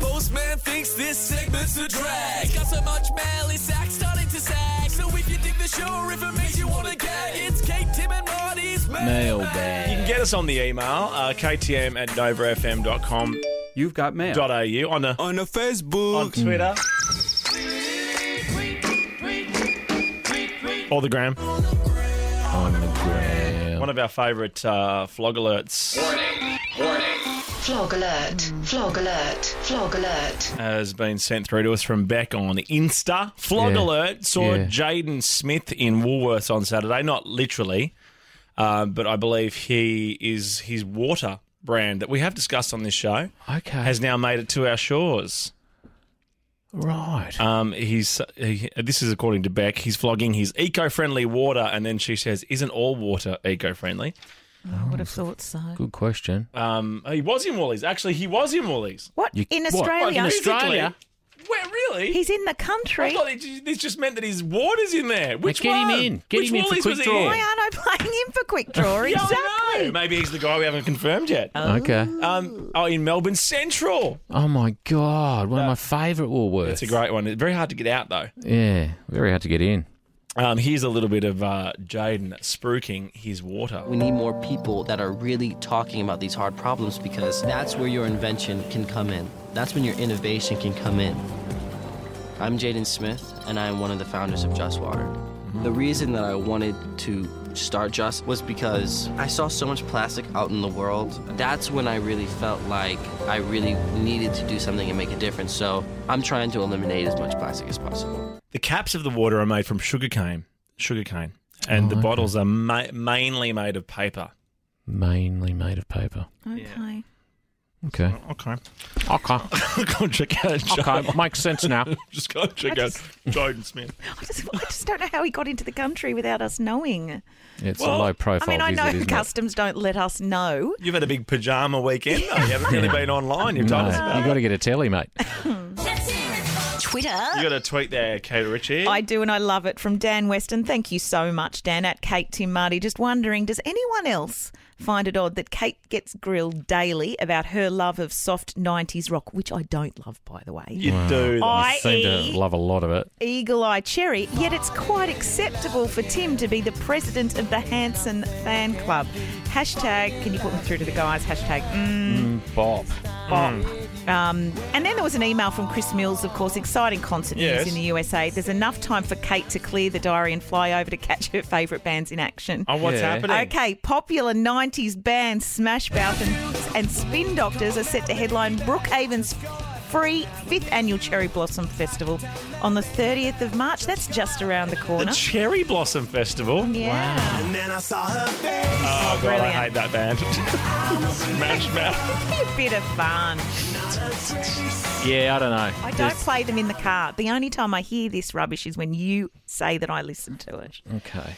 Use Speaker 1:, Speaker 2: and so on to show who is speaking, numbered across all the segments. Speaker 1: Postman thinks this segment's a drag. It's got so much mail, his sack's starting to sag. So if you dig the show or if it makes you want to gag, it's Kate, Tim, and Marty's
Speaker 2: Mailbag.
Speaker 3: You can get us on the email, uh, ktm at novafm.com.au,
Speaker 2: You've got mail.
Speaker 3: on, the,
Speaker 1: On a
Speaker 3: on
Speaker 1: Facebook.
Speaker 3: Twitter, or the gram.
Speaker 2: On the gram.
Speaker 3: One of our favourite uh, flog alerts
Speaker 4: Flog alert, flog alert, flog alert.
Speaker 3: has been sent through to us from Beck on Insta. Flog
Speaker 2: Yeah.
Speaker 3: alert saw
Speaker 2: Yeah.
Speaker 3: Jaden Smith in Woolworths on Saturday. Not literally, uh, but I believe he is his water brand that we have discussed on this show
Speaker 2: Okay.
Speaker 3: has now made it to our shores.
Speaker 2: right.
Speaker 3: Um, he's he, this is according to Beck. He's flogging his eco-friendly water, and then she says, "Isn't all water eco-friendly?"
Speaker 5: I would have thought so.
Speaker 2: Good question.
Speaker 3: Um, he was in Woolies. Actually, he was in Woolies.
Speaker 5: What?
Speaker 2: You-
Speaker 5: in
Speaker 2: what?
Speaker 5: Australia?
Speaker 2: In Australia?
Speaker 3: Where really?
Speaker 5: He's in the
Speaker 3: I
Speaker 5: country.
Speaker 3: thought it ju- this just meant that his water's in there. Which
Speaker 2: get him
Speaker 3: one?
Speaker 2: in. Get
Speaker 3: Which
Speaker 2: him in for
Speaker 3: Woolies
Speaker 2: quick
Speaker 3: was
Speaker 2: draw.
Speaker 3: in?
Speaker 5: Why aren't I playing him for quick draw?
Speaker 3: Yeah, I
Speaker 5: exactly.
Speaker 3: know. Maybe he's the guy we haven't confirmed yet.
Speaker 2: Oh. Okay.
Speaker 5: Uh.
Speaker 3: Um, oh, in Melbourne Central.
Speaker 2: Oh my God. One of my favourite Woolworths.
Speaker 3: It's a great one. It's very hard to get out though.
Speaker 2: Yeah. Very hard to get in.
Speaker 3: Um, here's a little bit of uh, Jaden spruiking his water.
Speaker 6: We need more people that are really talking about these hard problems because that's where your invention can come in. That's when your innovation can come in. I'm Jaden Smith, and I am one of the founders of Just Water. The reason that I wanted to start Just was because I saw so much plastic out in the world. That's when I really felt like I really needed to do something and make a difference. So I'm trying to eliminate as much plastic as possible.
Speaker 3: The caps of the water are made from sugarcane, sugarcane, and
Speaker 2: Oh,
Speaker 3: the bottles are ma- mainly made of paper.
Speaker 2: Mainly made of paper.
Speaker 5: Okay.
Speaker 2: Okay.
Speaker 3: Okay.
Speaker 2: Okay.
Speaker 3: go check out
Speaker 2: Okay.
Speaker 3: Jaden.
Speaker 2: Makes sense now.
Speaker 3: Just go check
Speaker 5: I
Speaker 3: out
Speaker 5: just-
Speaker 3: Jaden Smith.
Speaker 5: I just, I just don't know how he got into the country without us knowing.
Speaker 2: It's
Speaker 3: Well,
Speaker 2: a low profile
Speaker 5: I mean, I
Speaker 2: visit,
Speaker 5: know
Speaker 2: isn't it?
Speaker 5: customs don't let us know.
Speaker 3: You've had a big pajama weekend. Though. You haven't really been online. You've told us
Speaker 2: No,
Speaker 3: about
Speaker 2: you
Speaker 3: it.
Speaker 2: got to get a telly, mate.
Speaker 5: Twitter.
Speaker 3: You got a tweet there, Kate Ritchie.
Speaker 5: I do, and I love it from Dan Weston. Thank you so much, Dan, at Kate Tim Marty. Just wondering, does anyone else find it odd that Kate gets grilled daily about her love of soft 90s rock, which I don't love, by the way?
Speaker 3: you do. though.
Speaker 5: I
Speaker 2: Seem
Speaker 5: E-
Speaker 2: to love a lot of it.
Speaker 5: Eagle Eye Cherry, yet it's quite acceptable for Tim to be the president of the Hanson fan club. Hashtag, can you put me through to the guys? Hashtag, mm,
Speaker 2: Bob.
Speaker 5: Bob. Um, and then there was an email from Chris Mills, of course, exciting concert
Speaker 3: Yes.
Speaker 5: news in the USA. There's enough time for Kate to clear the diary and fly over to catch her favourite bands in action.
Speaker 3: Oh, what's
Speaker 2: Yeah.
Speaker 3: happening?
Speaker 5: Okay, popular 90s bands Smash Mouth and, and Spin Doctors are set to headline Brookhaven's free fifth annual Cherry Blossom Festival on the 30th of March. That's just around the
Speaker 3: The
Speaker 5: corner.
Speaker 3: Cherry Blossom Festival.
Speaker 5: yeah.
Speaker 1: And then I saw her face.
Speaker 3: Oh, God, I
Speaker 5: Brilliant.
Speaker 3: hate that band. Smash Mouth.
Speaker 5: A bit of fun.
Speaker 2: Yeah, I don't know.
Speaker 5: I don't
Speaker 2: There's-
Speaker 5: play them in the car. The only time I hear this rubbish is when you say that I listen to it.
Speaker 2: Okay.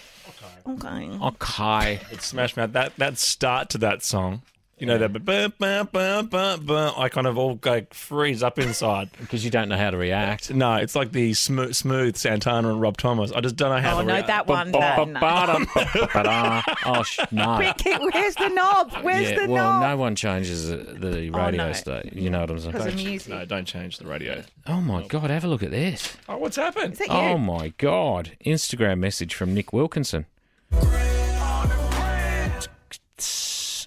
Speaker 5: Okay. Oh,
Speaker 2: Okay.
Speaker 3: It's Smash Mouth. That, that start to that song. You know that, but ba, ba, ba, ba, ba, I kind of all like freeze up inside.
Speaker 2: Because you don't know how to react.
Speaker 3: No, it's like the smooth, smooth Santana and Rob Thomas. I just don't know how.
Speaker 5: Oh
Speaker 3: to
Speaker 5: no,
Speaker 3: react.
Speaker 5: that one. that- no.
Speaker 2: Ba-ba-ba-da-ba-ba-da. Oh, sh- no.
Speaker 5: Ricky, where's the knob? Where's
Speaker 2: Yeah,
Speaker 5: the
Speaker 2: well,
Speaker 5: knob?
Speaker 2: no one changes the- the
Speaker 5: Oh,
Speaker 2: radio
Speaker 5: no.
Speaker 2: state. You know what I'm
Speaker 5: Because of
Speaker 2: saying?
Speaker 5: music.
Speaker 3: No, don't change the radio.
Speaker 2: Oh, my God. Have a look at this.
Speaker 3: Oh, what's happened?
Speaker 5: Is that you?
Speaker 2: Oh, my God. Instagram message from Nick Wilkinson.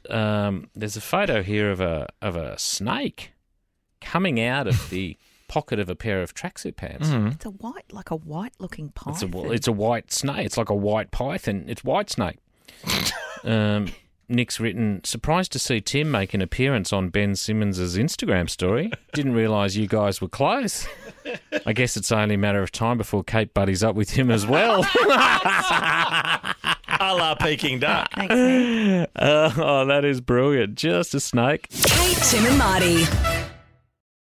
Speaker 2: Um, there's a photo here of a of a snake coming out of the pocket of a pair of tracksuit pants.
Speaker 5: It's a white, like a white-looking
Speaker 2: It's a
Speaker 5: python.
Speaker 2: it's a white snake. It's like a white python. It's white snake. um, Nick's written surprised to see Tim make an appearance on Ben Simmons's Instagram story. Didn't realise you guys were close. I guess it's only a matter of time before Kate buddies up with him as well.
Speaker 3: A la Peking Duck.
Speaker 5: Thanks, Nick.
Speaker 2: oh, that is brilliant. Just a snake.
Speaker 7: Kate, Tim and Marty.